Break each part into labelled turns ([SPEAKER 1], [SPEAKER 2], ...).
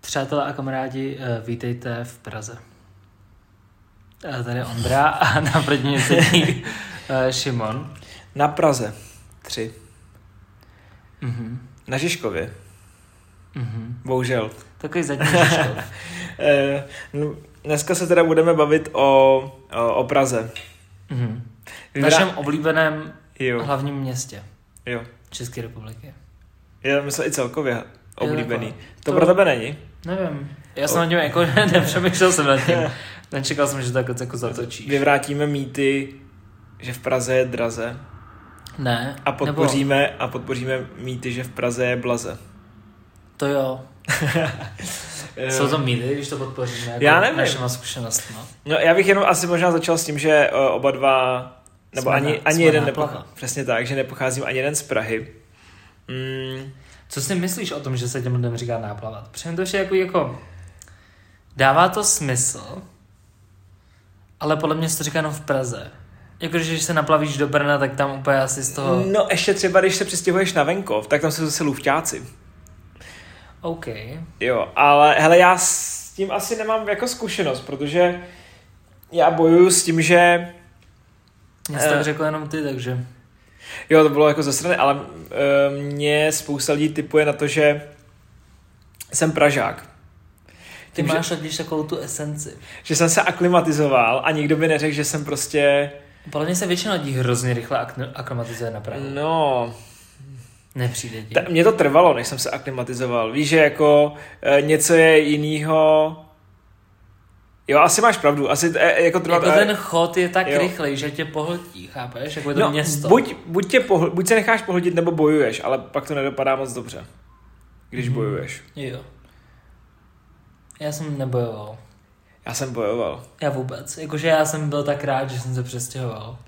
[SPEAKER 1] Přátelé a kamarádi, eh, vítejte v Praze. A tady je Ondra a naproti mě sedí eh, Šimon.
[SPEAKER 2] Na Praze. Tři.
[SPEAKER 1] Mhm.
[SPEAKER 2] Na Žižkově.
[SPEAKER 1] Mhm.
[SPEAKER 2] Bohužel.
[SPEAKER 1] Takový zadní Žižkov.
[SPEAKER 2] Eh, no, dneska se teda budeme bavit o, o, o Praze.
[SPEAKER 1] Mhm. V
[SPEAKER 2] Vybra-
[SPEAKER 1] našem oblíbeném
[SPEAKER 2] Jo,
[SPEAKER 1] hlavním městě
[SPEAKER 2] jo.
[SPEAKER 1] České republiky.
[SPEAKER 2] Já myslím i celkově oblíbený.
[SPEAKER 1] jako-
[SPEAKER 2] to,
[SPEAKER 1] to-
[SPEAKER 2] pro tebe není.
[SPEAKER 1] Nevím. Já jsem o něm jako nepřemýšlel jsem nad tím. Nečekal jsem, že to jako, jako zatočíš.
[SPEAKER 2] Vyvrátíme mýty, že v Praze je draze.
[SPEAKER 1] Ne.
[SPEAKER 2] A podpoříme, a podpoříme mýty, že v Praze je blaze.
[SPEAKER 1] Nebo to jo.
[SPEAKER 2] Eh,
[SPEAKER 1] Jsou to mýty, když to podpoříme. Jako
[SPEAKER 2] Já nevím.
[SPEAKER 1] Našima zkušenostma.
[SPEAKER 2] No, já bych jenom asi možná začal s tím, že eh, oba dva, nebo
[SPEAKER 1] Jsme
[SPEAKER 2] ani,
[SPEAKER 1] na- jsme
[SPEAKER 2] ani jeden
[SPEAKER 1] na plava.
[SPEAKER 2] nepochází. Přesně tak, že nepocházím ani jeden z Prahy. Mm,
[SPEAKER 1] Co si myslíš o tom, že se těm lidem říká náplavat? Přijím to, že jako, jako dává to smysl, ale podle mě se to říká jenom v Praze. Jako, že když se naplavíš do Brna, tak tam úplně asi z toho...
[SPEAKER 2] No ještě třeba, když se přestěhuješ na venkov, tak tam jsou zase lůvťáci.
[SPEAKER 1] OK.
[SPEAKER 2] Jo, ale hele, já s tím asi nemám jako zkušenost, protože já bojuju s tím, že
[SPEAKER 1] Já jsem
[SPEAKER 2] Eh.
[SPEAKER 1] tak řekl jenom ty, takže...
[SPEAKER 2] Jo, to bylo jako ze strany, ale e, mě spousta lidí typuje na to, že jsem Pražák.
[SPEAKER 1] Ty
[SPEAKER 2] Tím, že-
[SPEAKER 1] máš totiž takovou tu esenci.
[SPEAKER 2] Že jsem se aklimatizoval a nikdo by neřekl, že jsem prostě...
[SPEAKER 1] Podle mě se většina lidí hrozně rychle akn- aklimatizuje na Prahu. No.
[SPEAKER 2] No,
[SPEAKER 1] Nepřijde ti.
[SPEAKER 2] Ta, mě to trvalo, než jsem se aklimatizoval. Víš, že jako e, něco je jinýho... Jo, asi máš pravdu. Asi e, jako trvá...
[SPEAKER 1] Jako ten chod je tak
[SPEAKER 2] Jo.
[SPEAKER 1] rychlej, že tě pohltí, chápeš? Jako je to
[SPEAKER 2] no,
[SPEAKER 1] město.
[SPEAKER 2] Buď, buď, tě pohl, buď se necháš pohltit, nebo bojuješ, ale pak to nedopadá moc dobře, když
[SPEAKER 1] Mhm.
[SPEAKER 2] bojuješ.
[SPEAKER 1] Jo. Já jsem nebojoval.
[SPEAKER 2] Já jsem bojoval.
[SPEAKER 1] Já vůbec. Jakože já jsem byl tak rád, že jsem se přestěhoval.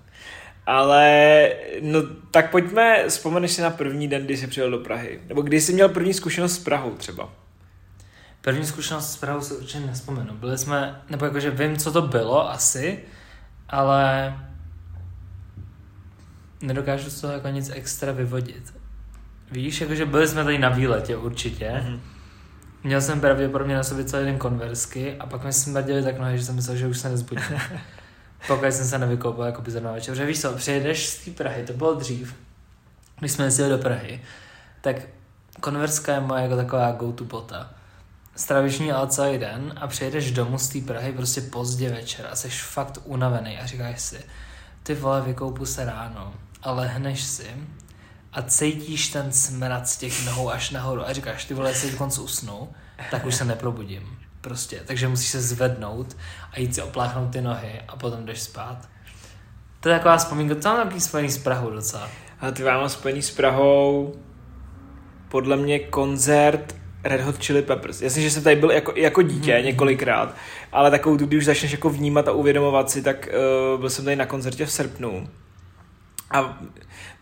[SPEAKER 2] Ale, no tak pojďme, vzpomeneš si na první den, kdy jsi přijel do Prahy. Nebo kdy jsi měl první zkušenost s Prahou třeba.
[SPEAKER 1] První zkušenost s Prahou si určitě nespomenu. Byli jsme, nebo jakože vím, co to bylo asi, ale nedokážu z toho jako nic extra vyvodit. Víš, jakože byli jsme tady na výletě určitě.
[SPEAKER 2] Mhm.
[SPEAKER 1] Měl jsem pravděpodobně na sobě celý den konversky a pak mi smrděli tak nohy, že jsem myslel, že už se nezbudím. Pokud jsem se nevykoupal jako by zrovna večer. Protože víš co, přijedeš z té Prahy, to bylo dřív, když jsme jezdili do Prahy, tak konverska je moje jako taková go-to pota. Stravíš ní ale celý den a přijedeš domů z té Prahy prostě pozdě večer a jsi fakt unavený a říkáš si, ty vole, vykoupu se ráno a lehneš si a cítíš ten smrad z těch nohou až nahoru a říkáš, ty vole, jestli konc usnu, tak už se neprobudím. Prostě, takže musíš se zvednout a jít si opláchnout ty nohy a potom jdeš spát. To je taková vzpomínka, to mám takový spojený s Prahou docela.
[SPEAKER 2] A ty mám spojení s Prahou, podle mě koncert Red Hot Chili Peppers. Jasně, že jsem tady byl jako, jako dítě
[SPEAKER 1] Mhm.
[SPEAKER 2] několikrát, ale takovou, tu, když už začneš jako vnímat a uvědomovat si, tak uh, byl jsem tady na koncertě v srpnu. A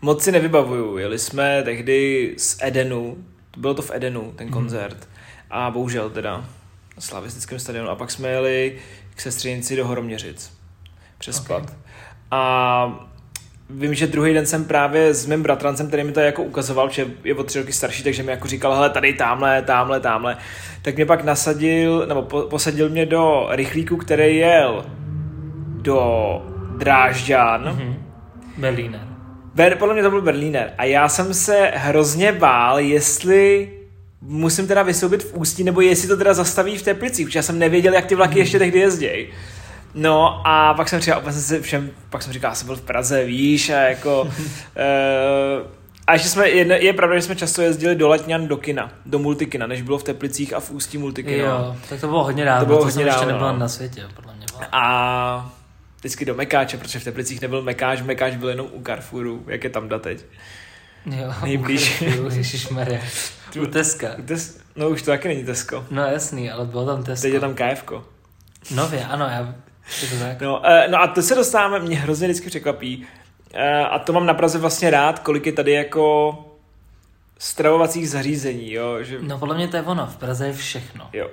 [SPEAKER 2] moc si nevybavuju, jeli jsme tehdy z Edenu, bylo to v Edenu, ten
[SPEAKER 1] Mhm.
[SPEAKER 2] koncert, a bohužel teda na slavistickém stadionu. A pak jsme jeli k sestřenici do Horoměřic přespat.
[SPEAKER 1] Ok.
[SPEAKER 2] Okay. A vím, že druhý den jsem právě s mým bratrancem, který mi to jako ukazoval, že je o tři roky starší, takže mi jako říkal, hele, tady, tamhle, tamhle, tamhle. Tak mě pak nasadil, nebo po, posadil mě do rychlíku, který jel do Drážďan. Mm-hmm.
[SPEAKER 1] Mhm. Berlíner.
[SPEAKER 2] Ber, podle mě to byl Berlíner. A já jsem se hrozně bál, jestli musím teda vysoubit v Ústí, nebo jestli to teda zastaví v Teplicích, protože já jsem nevěděl, jak ty vlaky ještě tehdy jezdějí. No a pak jsem říkal, pak jsem se všem, pak jsem říkal, já jsem byl v Praze, víš, a jako... uh, a ještě jsme, je, je pravda, že jsme často jezdili do Letňan do kina, do Multikina, než bylo v Teplicích a v Ústí Multikino.
[SPEAKER 1] Jo, tak to bylo hodně dávno, to, bylo
[SPEAKER 2] no. bylo
[SPEAKER 1] to
[SPEAKER 2] hodně
[SPEAKER 1] jsem ještě
[SPEAKER 2] dávno,
[SPEAKER 1] nebyla
[SPEAKER 2] no.
[SPEAKER 1] na světě, podle mě. Byla.
[SPEAKER 2] A vždycky do Mekáče, protože v Teplicích nebyl Mekáč, Mekáč byl jenom u Carrefouru, jak je tam da teď.
[SPEAKER 1] Jo,
[SPEAKER 2] Nejblíž.
[SPEAKER 1] Ježišmarja. U Teska.
[SPEAKER 2] Tes, no už to taky není Tesco.
[SPEAKER 1] No jasný, ale bylo tam Tesco.
[SPEAKER 2] Teď je tam KF.
[SPEAKER 1] Nově, ano, já... Je to tak?
[SPEAKER 2] No, eh, no a to se dostáváme, mě hrozně vždycky překvapí. Eh, A to mám na Praze vlastně rád, kolik je tady jako stravovacích zařízení, jo. Že,
[SPEAKER 1] No podle mě to je ono, v Praze je všechno.
[SPEAKER 2] jo.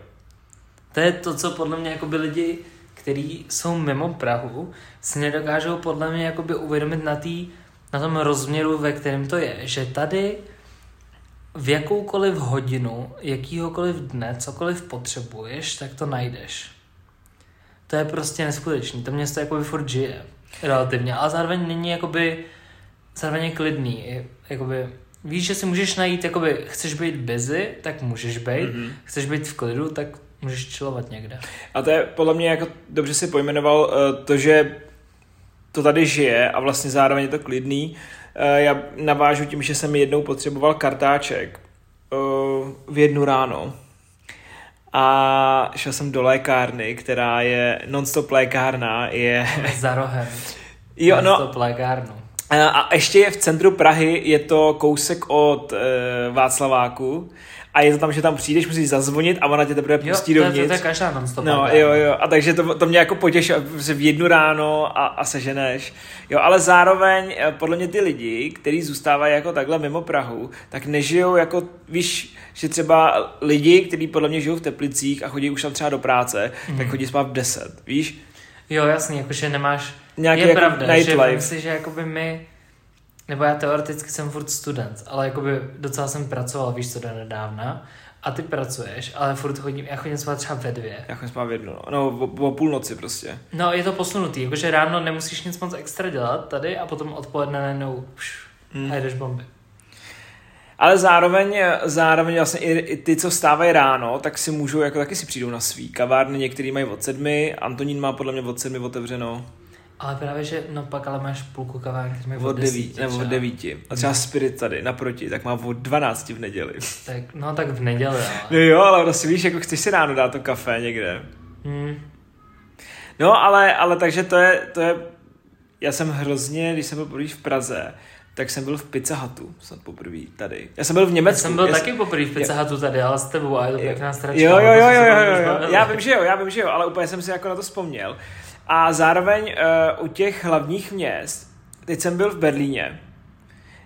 [SPEAKER 1] To je to, co podle mě jakoby lidi, kteří jsou mimo Prahu, si nedokážou podle mě jakoby uvědomit na, tý, na tom rozměru, ve kterém to je. Že tady v jakoukoliv hodinu, jakýhokoliv dne, cokoliv potřebuješ, tak to najdeš. To je prostě neskutečný. To město jakoby furt žije. Relativně. Ale zároveň není jakoby... Zároveň je klidný. Je- Jakoby, víš, že si můžeš najít, jakoby, chceš být busy, tak můžeš být. Mm-hmm.
[SPEAKER 2] Mhm.
[SPEAKER 1] Chceš být v klidu, tak můžeš chillovat někde.
[SPEAKER 2] A to je podle mě jako dobře si pojmenoval eh, to, že to tady žije a vlastně zároveň je to klidný. Eh, Já navážu tím, že jsem jednou potřeboval kartáček eh, v jednu ráno a šel jsem do lékárny, která je non-stop lékárna, je...
[SPEAKER 1] Za rohem.
[SPEAKER 2] Jo,
[SPEAKER 1] Na
[SPEAKER 2] no,
[SPEAKER 1] stop lékárnu.
[SPEAKER 2] Eh, A ještě je v centru Prahy, je to kousek od e, Václaváku a je to tam, že tam přijdeš, musíš zazvonit a ona tě teprve
[SPEAKER 1] Jo, to
[SPEAKER 2] pustí
[SPEAKER 1] je, to,
[SPEAKER 2] dovnitř.
[SPEAKER 1] je každá non-stop
[SPEAKER 2] No,
[SPEAKER 1] lékárna.
[SPEAKER 2] jo, jo, a takže to, to mě jako potěšilo, že v jednu ráno a, a seženeš. Jo, ale zároveň eh, podle mě ty lidi, kteří zůstávají jako takhle mimo Prahu, tak nežijou jako, víš, že třeba lidi, kteří podle mě žijou v Teplicích a chodí už tam třeba do práce, mm.
[SPEAKER 1] Mhm.
[SPEAKER 2] tak chodí spát v 10, víš?
[SPEAKER 1] Jo, jasný, jakože nemáš...
[SPEAKER 2] Nějaký
[SPEAKER 1] je
[SPEAKER 2] jako
[SPEAKER 1] pravda, že
[SPEAKER 2] nightlife.
[SPEAKER 1] vem si, že jakoby my... Nebo já teoreticky jsem furt student, ale jakoby docela jsem pracoval, víš co, do nedávna. A ty pracuješ, ale furt chodím, já chodím spát třeba ve dvě.
[SPEAKER 2] Já chodím spát v jednu, no, no o, o půlnoci prostě.
[SPEAKER 1] No, je to posunutý, jakože ráno nemusíš nic moc extra dělat tady a potom odpoledne najednou pš,
[SPEAKER 2] Mm.
[SPEAKER 1] a jdeš bomby.
[SPEAKER 2] Ale zároveň, zároveň vlastně i, i ty, co stávají ráno, tak si můžou, jako taky si přijdou na svý kavárny, některý mají od sedmi, Antonín má podle mě od sedmi otevřeno.
[SPEAKER 1] Ale právě, že no pak ale máš půlku kavárny, který mají
[SPEAKER 2] Od devíti, nebo od
[SPEAKER 1] třeba. Hmm.
[SPEAKER 2] devíti. A třeba Spirit tady naproti, tak má od 12 v neděli.
[SPEAKER 1] Tak, no tak v neděli, ale.
[SPEAKER 2] No jo, ale prostě víš, jako chceš si ráno dát to kafe někde.
[SPEAKER 1] Hmm.
[SPEAKER 2] No ale, ale takže to je, to je, já jsem hrozně, když jsem byl poprvé v Praze, tak jsem byl v Pizza Hutu, snad poprvé tady. Já jsem byl v
[SPEAKER 1] Já
[SPEAKER 2] Německu.
[SPEAKER 1] jsem byl
[SPEAKER 2] já
[SPEAKER 1] taky poprvé v Pizza Hutu tady, ale s tebou a je to pěkná stračka.
[SPEAKER 2] Jo,
[SPEAKER 1] o
[SPEAKER 2] jo,
[SPEAKER 1] tom
[SPEAKER 2] jo,
[SPEAKER 1] jsme
[SPEAKER 2] jo,
[SPEAKER 1] se
[SPEAKER 2] jo,
[SPEAKER 1] pak už
[SPEAKER 2] jo, jo.
[SPEAKER 1] bavili.
[SPEAKER 2] Já vím, že jo, já vím, že jo, ale úplně jsem si jako na to vzpomněl. A zároveň uh, u těch hlavních měst, teď jsem byl v Berlíně,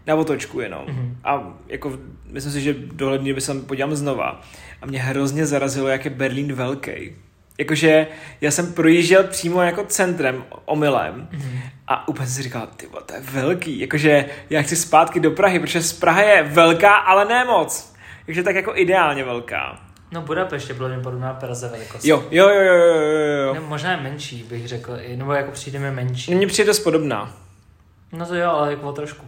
[SPEAKER 2] na otočku jenom. Mm-hmm.
[SPEAKER 1] Mhm.
[SPEAKER 2] A jako v- myslím si, že dohledně by se tam podívám znova. A mě hrozně zarazilo, jak je Berlín velký. Jakože já jsem projížděl přímo jako centrem, omylem. Mm-hmm.
[SPEAKER 1] Hm.
[SPEAKER 2] A úplně jsem si říkal, ty vole, to je velký. Jakože já chci zpátky do Prahy, protože z Praha je velká, ale ne moc. Takže tak jako ideálně velká.
[SPEAKER 1] No Budapešť je podle mě podobná Praze velikost.
[SPEAKER 2] Jo, jo, jo, jo, jo, jo, jo.
[SPEAKER 1] Ne, možná je menší, bych řekl, i- nebo jako přijde mi menší.
[SPEAKER 2] Mně přijde dost podobná. Mm.
[SPEAKER 1] No to jo, ale jako o trošku.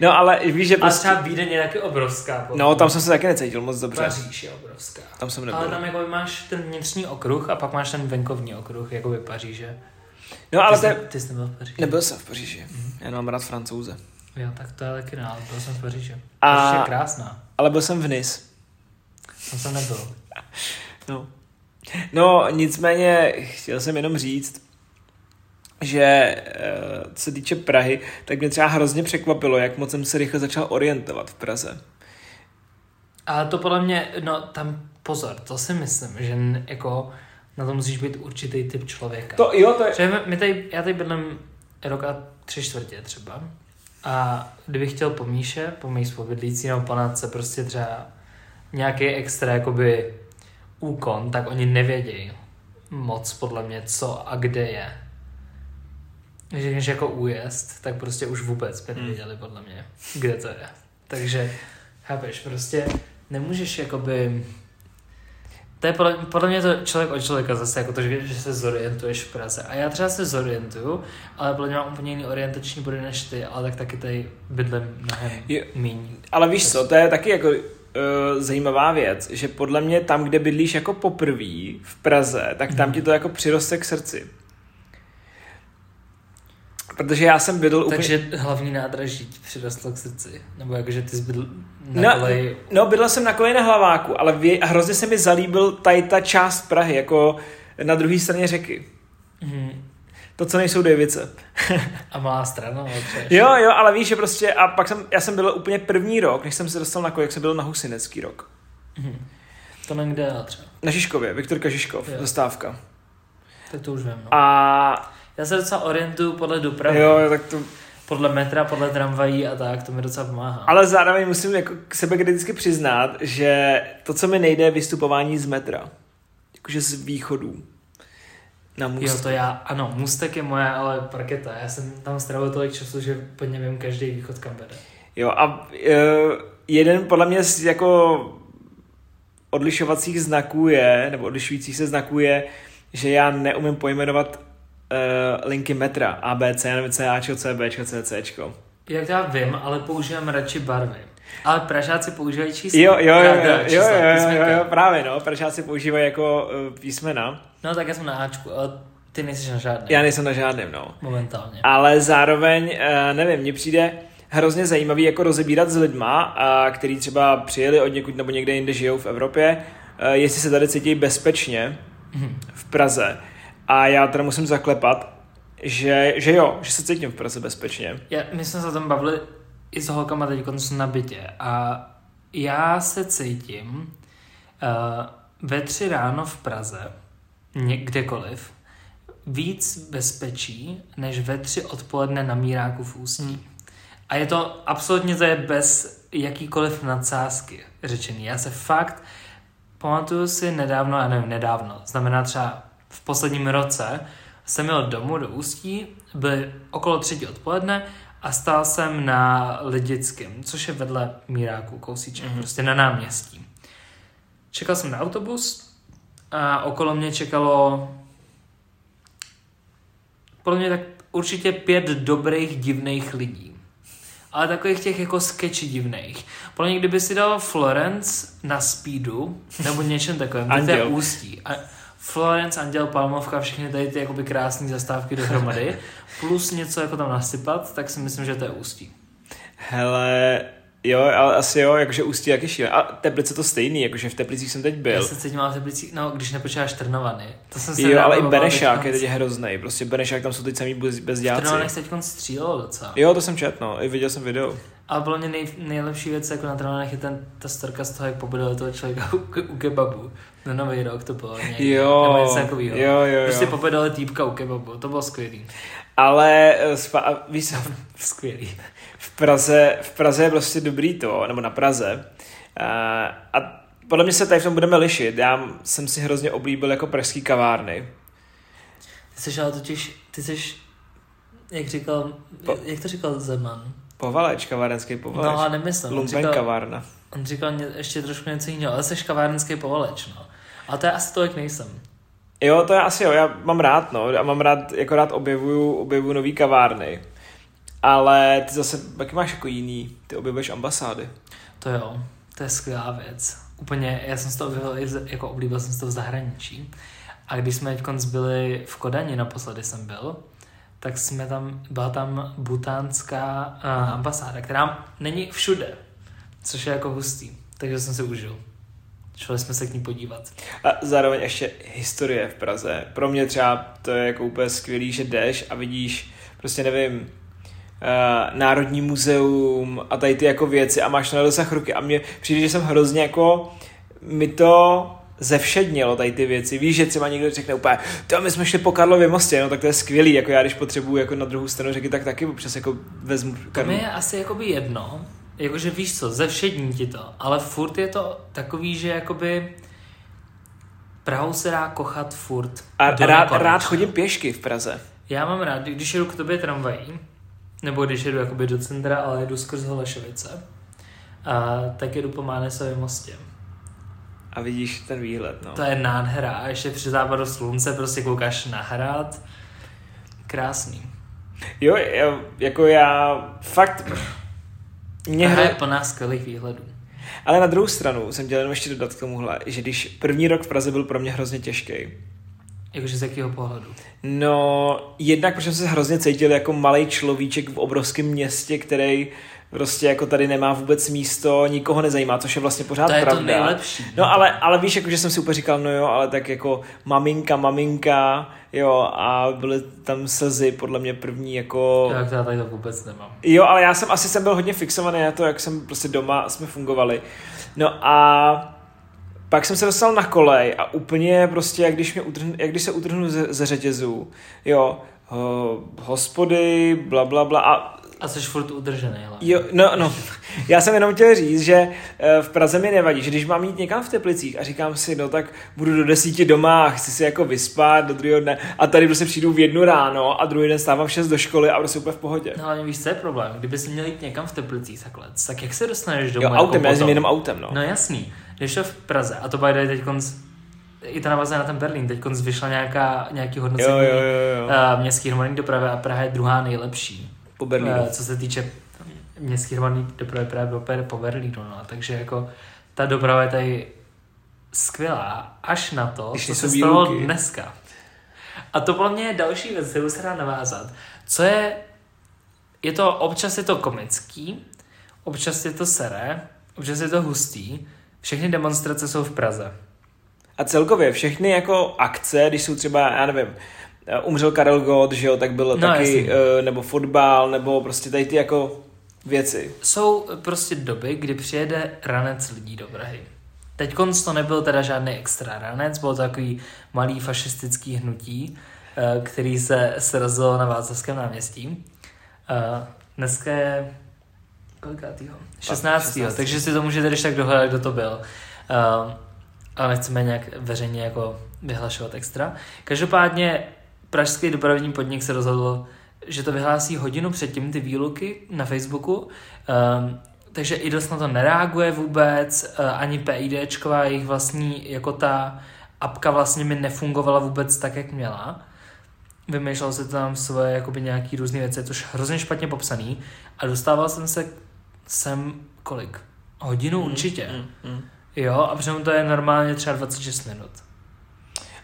[SPEAKER 2] No ale víš, že
[SPEAKER 1] A
[SPEAKER 2] prostě...
[SPEAKER 1] třeba Vídeň je taky obrovská. podle
[SPEAKER 2] No,
[SPEAKER 1] mě.
[SPEAKER 2] tam jsem se taky necítil moc dobře.
[SPEAKER 1] Paříž je obrovská.
[SPEAKER 2] Tam jsem
[SPEAKER 1] Ale
[SPEAKER 2] nebyl.
[SPEAKER 1] tam jako máš ten vnitřní okruh a pak máš ten venkovní okruh, jako by Paříže.
[SPEAKER 2] No
[SPEAKER 1] ty,
[SPEAKER 2] ale to
[SPEAKER 1] jsi,
[SPEAKER 2] je...
[SPEAKER 1] ty jsi nebyl v Paříži.
[SPEAKER 2] Nebyl jsem v Paříži. Já nemám rád francouze.
[SPEAKER 1] Jo, tak to je taky ne, ale byl jsem v Paříži.
[SPEAKER 2] A-
[SPEAKER 1] Paříž je krásná.
[SPEAKER 2] Ale byl jsem v Nice.
[SPEAKER 1] Tam jsem nebyl.
[SPEAKER 2] No. No, nicméně chtěl jsem jenom říct, že eh, co se týče Prahy, tak mě třeba hrozně překvapilo, jak moc jsem se rychle začal orientovat v Praze.
[SPEAKER 1] Ale to podle mě, no tam pozor, to si myslím, že n- jako na to musíš být určitý typ člověka.
[SPEAKER 2] To, jo, to je...
[SPEAKER 1] Že my- my tady, já tady bydlím rok a tři čtvrtě třeba. A kdybych chtěl po Míše, po mých spobydlící nebo panat se prostě třeba nějaký extra jakoby úkon, tak oni nevědějí moc podle mě, co a kde je. Když řekneš jako újezd, tak prostě už vůbec by nevěděli podle mě, kde to je. Takže, chápeš, prostě nemůžeš jakoby... To je podle, podle mě to člověk od člověka zase, jako to, že, že se zorientuješ v Praze. A já třeba se zorientuju, ale podle mě mám úplně jiný orientační body než ty, ale tak taky tady bydlím mnohem
[SPEAKER 2] Jo.
[SPEAKER 1] míň.
[SPEAKER 2] Ale víš co, to je taky jako uh, zajímavá věc, že podle mě tam, kde bydlíš jako poprvé v Praze, tak
[SPEAKER 1] Mhm.
[SPEAKER 2] tam ti to jako přiroste k srdci. Protože já jsem bydl úplně...
[SPEAKER 1] Takže hlavní nádraží ti přirostlo k srdci. Nebo jakože ty zbydl
[SPEAKER 2] No,
[SPEAKER 1] na koleji.
[SPEAKER 2] No, bydlel jsem na koleji na Hlaváku, ale vě- hrozně se mi zalíbil tady ta část Prahy, jako na druhé straně řeky.
[SPEAKER 1] Mhm.
[SPEAKER 2] To, co nejsou Dejvice.
[SPEAKER 1] A malá strana, ale třeba-
[SPEAKER 2] Jo, jo, ale víš, že prostě... A pak jsem, já jsem byl úplně první rok, než jsem se dostal na kolej, jak jsem byl na Husinecký rok.
[SPEAKER 1] Mhm. To není kde já třeba.
[SPEAKER 2] Na Žižkově, Viktorka Žižkov,
[SPEAKER 1] Jo.
[SPEAKER 2] zastávka.
[SPEAKER 1] Tak to už vím. No.
[SPEAKER 2] A
[SPEAKER 1] Já se docela orientuju podle dopravy.
[SPEAKER 2] Jo, jo, tak to...
[SPEAKER 1] Podle metra, podle tramvají a tak, to mi docela pomáhá.
[SPEAKER 2] Ale zároveň musím jako k sebe kriticky přiznat, že to, co mi nejde, je vystupování z metra. Jakože z východů. Na
[SPEAKER 1] Jo,
[SPEAKER 2] můst.
[SPEAKER 1] to já, ano, Mustek je moje, ale parketa. Já jsem tam strávil tolik času, že po něm vím každý východ, kam vede.
[SPEAKER 2] Jo, a e, jeden podle mě z jako odlišovacích znaků je, nebo odlišujících se znaků je, že já neumím pojmenovat uh, linky metra ABC, nebo CAčko, CBčko, CCčko.
[SPEAKER 1] Jak já vím, ale používám radši barvy. Ale Pražáci používají čísla.
[SPEAKER 2] Jo, jo, jo, jo,
[SPEAKER 1] Pravda,
[SPEAKER 2] jo,
[SPEAKER 1] čísla,
[SPEAKER 2] jo, jo,
[SPEAKER 1] písmenka.
[SPEAKER 2] jo, právě no, pražáci používají jako eh, písmena.
[SPEAKER 1] No tak já jsem na Ačku, ale ty nejsi na žádné.
[SPEAKER 2] Já nejsem na žádném, no.
[SPEAKER 1] Momentálně.
[SPEAKER 2] Ale zároveň, eh, nevím, mně přijde hrozně zajímavý jako rozebírat s lidma, a který třeba přijeli od někud nebo někde jinde žijou v Evropě, eh, jestli se tady cítí bezpečně
[SPEAKER 1] Mhm.
[SPEAKER 2] v Praze. A já teda musím zaklepat, že, že jo, že se cítím v Praze bezpečně.
[SPEAKER 1] Já, my jsme se o tom bavili i s holkama teď konc na bytě a já se cítím uh, ve tři ráno v Praze, ně- kdekoliv, víc bezpečí, než ve tři odpoledne na Míráku v Ústí. A je to, absolutně to je bez jakýkoliv nadsázky řečený. Já se fakt pamatuju si nedávno, já nevím, nedávno, znamená třeba v posledním roce, jsem jel domů do Ústí, byly okolo třetí odpoledne a stál jsem na Lidickém, což je vedle Míráku, kousíček, mm-hmm. prostě na náměstí. Čekal jsem na autobus a okolo mě čekalo podle mě tak určitě pět dobrých divných lidí. Ale takových těch jako sketchy divných. Podle mě, kdyby si dal Florence na speedu, nebo něčem takovém, tak to je
[SPEAKER 2] Anděl.
[SPEAKER 1] ústí. A Florence, Anděl, Palmovka, všechny tady ty jakoby krásné zastávky dohromady, plus něco jako tam nasypat, tak si myslím, že to je ústí.
[SPEAKER 2] Hele, jo, ale asi jo, jakože ústí jak je šílené. A Teplice to stejný, jakože v Teplicích jsem teď
[SPEAKER 1] Já
[SPEAKER 2] byl.
[SPEAKER 1] se cítím ale v Teplicích, no když nepočítáš Trnovany. To jsem se
[SPEAKER 2] Jo, ale i
[SPEAKER 1] nedávno bavil
[SPEAKER 2] Benešák je
[SPEAKER 1] teďkonc.
[SPEAKER 2] teď hrozný. Prostě Benešák tam jsou teď samý bez,
[SPEAKER 1] V
[SPEAKER 2] bezděláci.
[SPEAKER 1] Trnovanech se teď střílelo docela.
[SPEAKER 2] Jo, to jsem četl, no. I viděl jsem video.
[SPEAKER 1] A bylo mě nej, nejlepší věc jako na Trnovanech je ten, ta storka z toho, jak pobodil toho člověka u, u kebabu. Na nový rok to bylo někdy. Nebo
[SPEAKER 2] Jo,
[SPEAKER 1] něco takovýho.
[SPEAKER 2] jo, jo,
[SPEAKER 1] Prostě
[SPEAKER 2] jo.
[SPEAKER 1] pobodali týpka u kebabu, to bylo skvělý.
[SPEAKER 2] Ale eh, spa, a víš, co,
[SPEAKER 1] Skvělý.
[SPEAKER 2] v Praze, v Praze je prostě dobrý to, nebo na Praze. A, a podle mě se tady v tom budeme lišit. Já jsem si hrozně oblíbil jako pražský kavárny.
[SPEAKER 1] Ty jsi ale totiž, ty jsi, jak říkal,
[SPEAKER 2] Po-
[SPEAKER 1] jak to říkal Zeman?
[SPEAKER 2] Povaleč, kavárenský povaleč.
[SPEAKER 1] No a nemyslím, on
[SPEAKER 2] Lumpen
[SPEAKER 1] říkal,
[SPEAKER 2] kavárna.
[SPEAKER 1] on říkal ně- ještě trošku něco jiného, ale jsi kavárenský povaleč, no. A to já asi tolik nejsem.
[SPEAKER 2] Jo, to já asi jo, já mám rád, no, a mám rád, jako rád objevuju, objevuju nový kavárny. Ale ty zase, taky máš jako jiný, ty objevuješ ambasády.
[SPEAKER 1] To jo, to je skvělá věc. Úplně, já jsem si to objevil, i v- jako oblíbil jsem si to v zahraničí. A když jsme teď byli v Kodani, naposledy jsem byl, tak jsme tam, byla tam butánská uh, ambasáda, která není všude, což je jako hustý. Takže jsem si užil. Šli jsme se k ní podívat.
[SPEAKER 2] A zároveň ještě historie v Praze. Pro mě třeba to je jako úplně skvělý, že jdeš a vidíš, prostě nevím, uh, Národní muzeum a tady ty jako věci a máš to na dosah ruky. A mně přijde, že jsem hrozně jako, mi to zevšednělo tady ty věci. Víš, že třeba někdo řekne úplně, to my jsme šli po Karlově mostě, no tak to je skvělý, jako já když potřebuju jako na druhou stranu řeky, tak taky občas jako vezmu
[SPEAKER 1] To mi
[SPEAKER 2] Karlu.
[SPEAKER 1] je asi jakoby jedno, jakože víš co, ze všední ti to, ale furt je to takový, že jakoby Prahou se dá kochat furt.
[SPEAKER 2] A
[SPEAKER 1] do
[SPEAKER 2] rád,
[SPEAKER 1] nekonečna.
[SPEAKER 2] rád chodím pěšky v Praze.
[SPEAKER 1] Já mám rád, když jedu k tobě tramvají, nebo když jedu jakoby do centra, ale jedu skrz Holešovice, a tak jedu po Mánesově mostě.
[SPEAKER 2] A vidíš ten výhled, no.
[SPEAKER 1] To je nádhera, a ještě při západu slunce prostě koukáš na hrad. Krásný.
[SPEAKER 2] Jo, já, jako já fakt... Mě
[SPEAKER 1] Hra je
[SPEAKER 2] hra...
[SPEAKER 1] plná skvělých výhledů.
[SPEAKER 2] Ale na druhou stranu jsem chtěl jenom ještě dodat k tomuhle, že když první rok v Praze byl pro mě hrozně těžký.
[SPEAKER 1] Jakože z jakého pohledu.
[SPEAKER 2] No, jednak protože jsem se hrozně cítil jako malý človíček v obrovském městě, který prostě jako tady nemá vůbec místo, nikoho nezajímá, což je vlastně pořád
[SPEAKER 1] to je
[SPEAKER 2] pravda.
[SPEAKER 1] to nejlepší.
[SPEAKER 2] No ale, ale víš, jako, že jsem si úplně říkal, no jo, ale tak jako maminka, maminka, jo, a byly tam slzy, podle mě první jako...
[SPEAKER 1] Tak já tady to vůbec nemám.
[SPEAKER 2] Jo, ale já jsem asi jsem byl hodně fixovaný na to, jak jsem prostě doma jsme fungovali. No a pak jsem se dostal na kolej a úplně prostě, jak když, mě utrhnu, jak když se utrhnu ze, ze řetězů, jo, ho, hospody, bla, bla, bla a
[SPEAKER 1] A jsi furt udržený, ale.
[SPEAKER 2] Jo, no, no, já jsem jenom chtěl říct, že eh, v Praze mi nevadí, že když mám jít někam v Teplicích a říkám si, no tak budu do desíti doma a chci si jako vyspat do druhého dne a tady prostě přijdu v jednu ráno a druhý den stávám v šest do školy a prostě úplně v pohodě.
[SPEAKER 1] No ale víš, co je problém? Kdyby jsi měl jít někam v Teplicích takhle, tak jak se dostaneš domů?
[SPEAKER 2] Jo,
[SPEAKER 1] jako
[SPEAKER 2] autem, já jezdím
[SPEAKER 1] potom?
[SPEAKER 2] jenom autem, no.
[SPEAKER 1] No jasný, když to v Praze, a to by teď konc, i to navazuje na ten Berlín, teď konc vyšla nějaká, nějaký hodnocení
[SPEAKER 2] Jo, jo, jo, jo.
[SPEAKER 1] eh, městský hromadný dopravy a Praha je druhá nejlepší,
[SPEAKER 2] Po jako Berlínu.
[SPEAKER 1] eh, co se týče městský hromadný dopravy Praha byla per- po Berlínu, no, takže jako ta doprava je tady skvělá, až na to,
[SPEAKER 2] Když
[SPEAKER 1] co se
[SPEAKER 2] nejsou
[SPEAKER 1] stalo
[SPEAKER 2] výluky.
[SPEAKER 1] dneska. A to podle mě je další věc, kterou se dá navázat. Co je, je to, občas je to komický, občas je to seré, občas je to hustý. Všechny demonstrace jsou v Praze.
[SPEAKER 2] A celkově všechny jako akce, když jsou třeba, já nevím, eh, umřel Karel Gott, že jo, tak bylo
[SPEAKER 1] No,
[SPEAKER 2] taky,
[SPEAKER 1] jasně.
[SPEAKER 2] eh, nebo fotbal, nebo prostě tady ty jako věci.
[SPEAKER 1] Jsou prostě doby, kdy přijede ranec lidí do Prahy. Teď to nebyl teda žádný extra ranec, bylo to takový malý fašistický hnutí, eh, který se srazilo na Václavském náměstí. Eh, Dneska je kolikátýho? 16.
[SPEAKER 2] 16..
[SPEAKER 1] Takže si to můžete když tak dohledat, kdo to byl. Eh, Ale nechceme nějak veřejně jako vyhlašovat extra. Každopádně pražský dopravní podnik se rozhodl, že to vyhlásí hodinu předtím ty výluky na Facebooku, um, takže IDOS na to nereaguje vůbec, eh, ani PIDčková jejich vlastní, jako ta apka vlastně mi nefungovala vůbec tak, jak měla. Vymýšlel se tam svoje jakoby nějaký různé věci, což hrozně špatně popsaný a dostával jsem se sem kolik? Hodinu No, určitě.
[SPEAKER 2] Mm, mm.
[SPEAKER 1] Jo, a přitom to je normálně třeba 26 minut.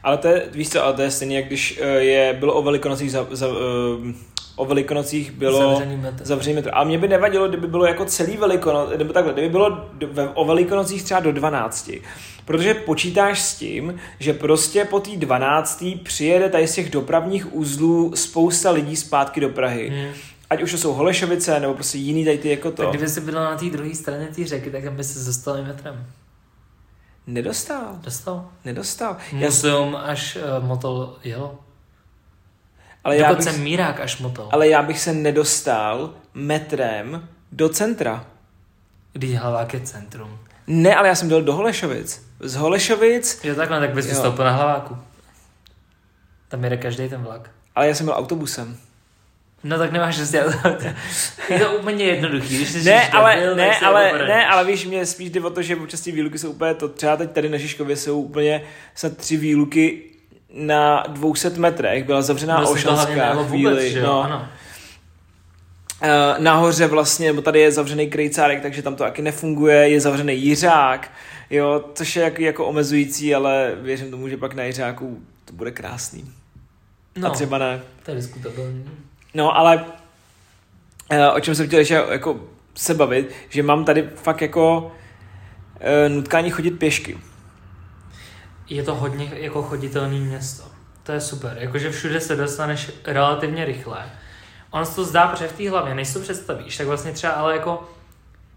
[SPEAKER 2] Ale to je, víš co, ale to je stejně, jak když eh, je, bylo o velikonocích, za, za, eh, o velikonocích bylo
[SPEAKER 1] Zavřený metr.
[SPEAKER 2] zavřený metro. A mě by nevadilo, kdyby bylo jako celý velikonoc, nebo takhle, kdyby bylo do, ve, o velikonocích třeba do 12. Protože počítáš s tím, že prostě po té 12. přijede tady z těch dopravních uzlů spousta lidí zpátky do Prahy. Hmm.
[SPEAKER 1] Hmm.
[SPEAKER 2] Ať už to jsou Holešovice, nebo prostě jiný tady ty jako to.
[SPEAKER 1] Tak kdyby jsi byl na té druhé straně té řeky, tak by se dostal i metrem.
[SPEAKER 2] Nedostal,
[SPEAKER 1] Dostal.
[SPEAKER 2] nedostal.
[SPEAKER 1] Hmm.
[SPEAKER 2] Já,
[SPEAKER 1] Muzeum až uh, motol jelo.
[SPEAKER 2] ale, já bych,
[SPEAKER 1] Dokonce mírák až motol. Ale...
[SPEAKER 2] ale já bych se nedostal metrem do centra.
[SPEAKER 1] Když hlavák je centrum.
[SPEAKER 2] Ne, ale já jsem byl do Holešovic. Z Holešovic,
[SPEAKER 1] Jo takhle, tak bys
[SPEAKER 2] Jo.
[SPEAKER 1] vystoupil na hlaváku. Tam jede každý ten vlak.
[SPEAKER 2] ale já jsem byl autobusem.
[SPEAKER 1] No tak nemáš zase. je to úplně jednoduchý. Když jsi
[SPEAKER 2] Ne,
[SPEAKER 1] debil,
[SPEAKER 2] ale,
[SPEAKER 1] tak
[SPEAKER 2] ne,
[SPEAKER 1] si
[SPEAKER 2] ale,
[SPEAKER 1] obrneš.
[SPEAKER 2] ne, ale víš, mě spíš jde o to, že občas ty výluky jsou úplně to. Třeba teď tady na Žižkově jsou úplně snad tři výluky na 200 metrech. Byla zavřená
[SPEAKER 1] Byl No, jsem to hlavně
[SPEAKER 2] Ošanská
[SPEAKER 1] nejelo vůbec,
[SPEAKER 2] chvíli.
[SPEAKER 1] že jo?
[SPEAKER 2] no.
[SPEAKER 1] Ano.
[SPEAKER 2] Eh, nahoře vlastně, nebo tady je zavřený krejcárek, takže tam to taky nefunguje, je zavřený jiřák, jo, což je jako, jako omezující, ale věřím tomu, že pak na jiřáku to bude krásný. No.
[SPEAKER 1] No,
[SPEAKER 2] A třeba ne.
[SPEAKER 1] to je diskutabilní.
[SPEAKER 2] No, ale eh, o čem jsem chtěl ještě jako se bavit, že mám tady fakt jako eh, nutkání chodit pěšky.
[SPEAKER 1] Je to hodně jako choditelné město. To je super. Jakože všude se dostaneš relativně rychle. Ono se to zdá, protože v té hlavě, než si to představíš, tak vlastně třeba ale jako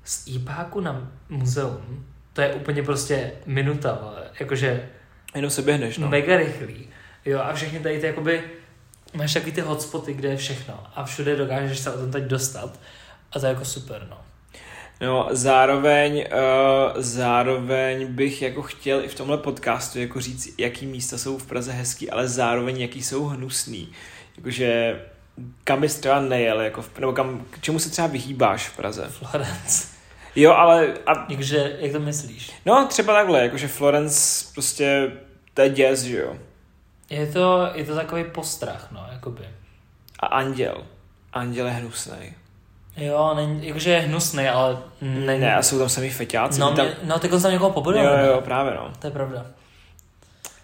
[SPEAKER 1] z IPáku na muzeum, to je úplně prostě minuta, vole. jakože
[SPEAKER 2] Jenom se běhneš, no.
[SPEAKER 1] mega rychlý. Jo, a všechny tady ty jakoby, máš takový ty hotspoty, kde je všechno a všude dokážeš se o tom teď dostat a to je jako super, no.
[SPEAKER 2] No, zároveň, uh, zároveň bych jako chtěl i v tomhle podcastu jako říct, jaký místa jsou v Praze hezký, ale zároveň jaký jsou hnusný. Jakože kam bys třeba nejel, jako v, nebo kam, k čemu se třeba vyhýbáš v Praze.
[SPEAKER 1] Florence.
[SPEAKER 2] Jo, ale a,
[SPEAKER 1] Takže, jak to myslíš?
[SPEAKER 2] no třeba takhle, jakože Florence prostě to je děs, že jo.
[SPEAKER 1] Je to, je to takový postrach, no, jakoby.
[SPEAKER 2] A Anděl. Anděl je hnusný.
[SPEAKER 1] Jo, není, jakože je hnusný, ale není.
[SPEAKER 2] Ne, a jsou tam sami feťáci.
[SPEAKER 1] Mhm. no,
[SPEAKER 2] tam...
[SPEAKER 1] mě, no, teď jsem někoho pobudil.
[SPEAKER 2] jo, jo, právě no.
[SPEAKER 1] To je pravda.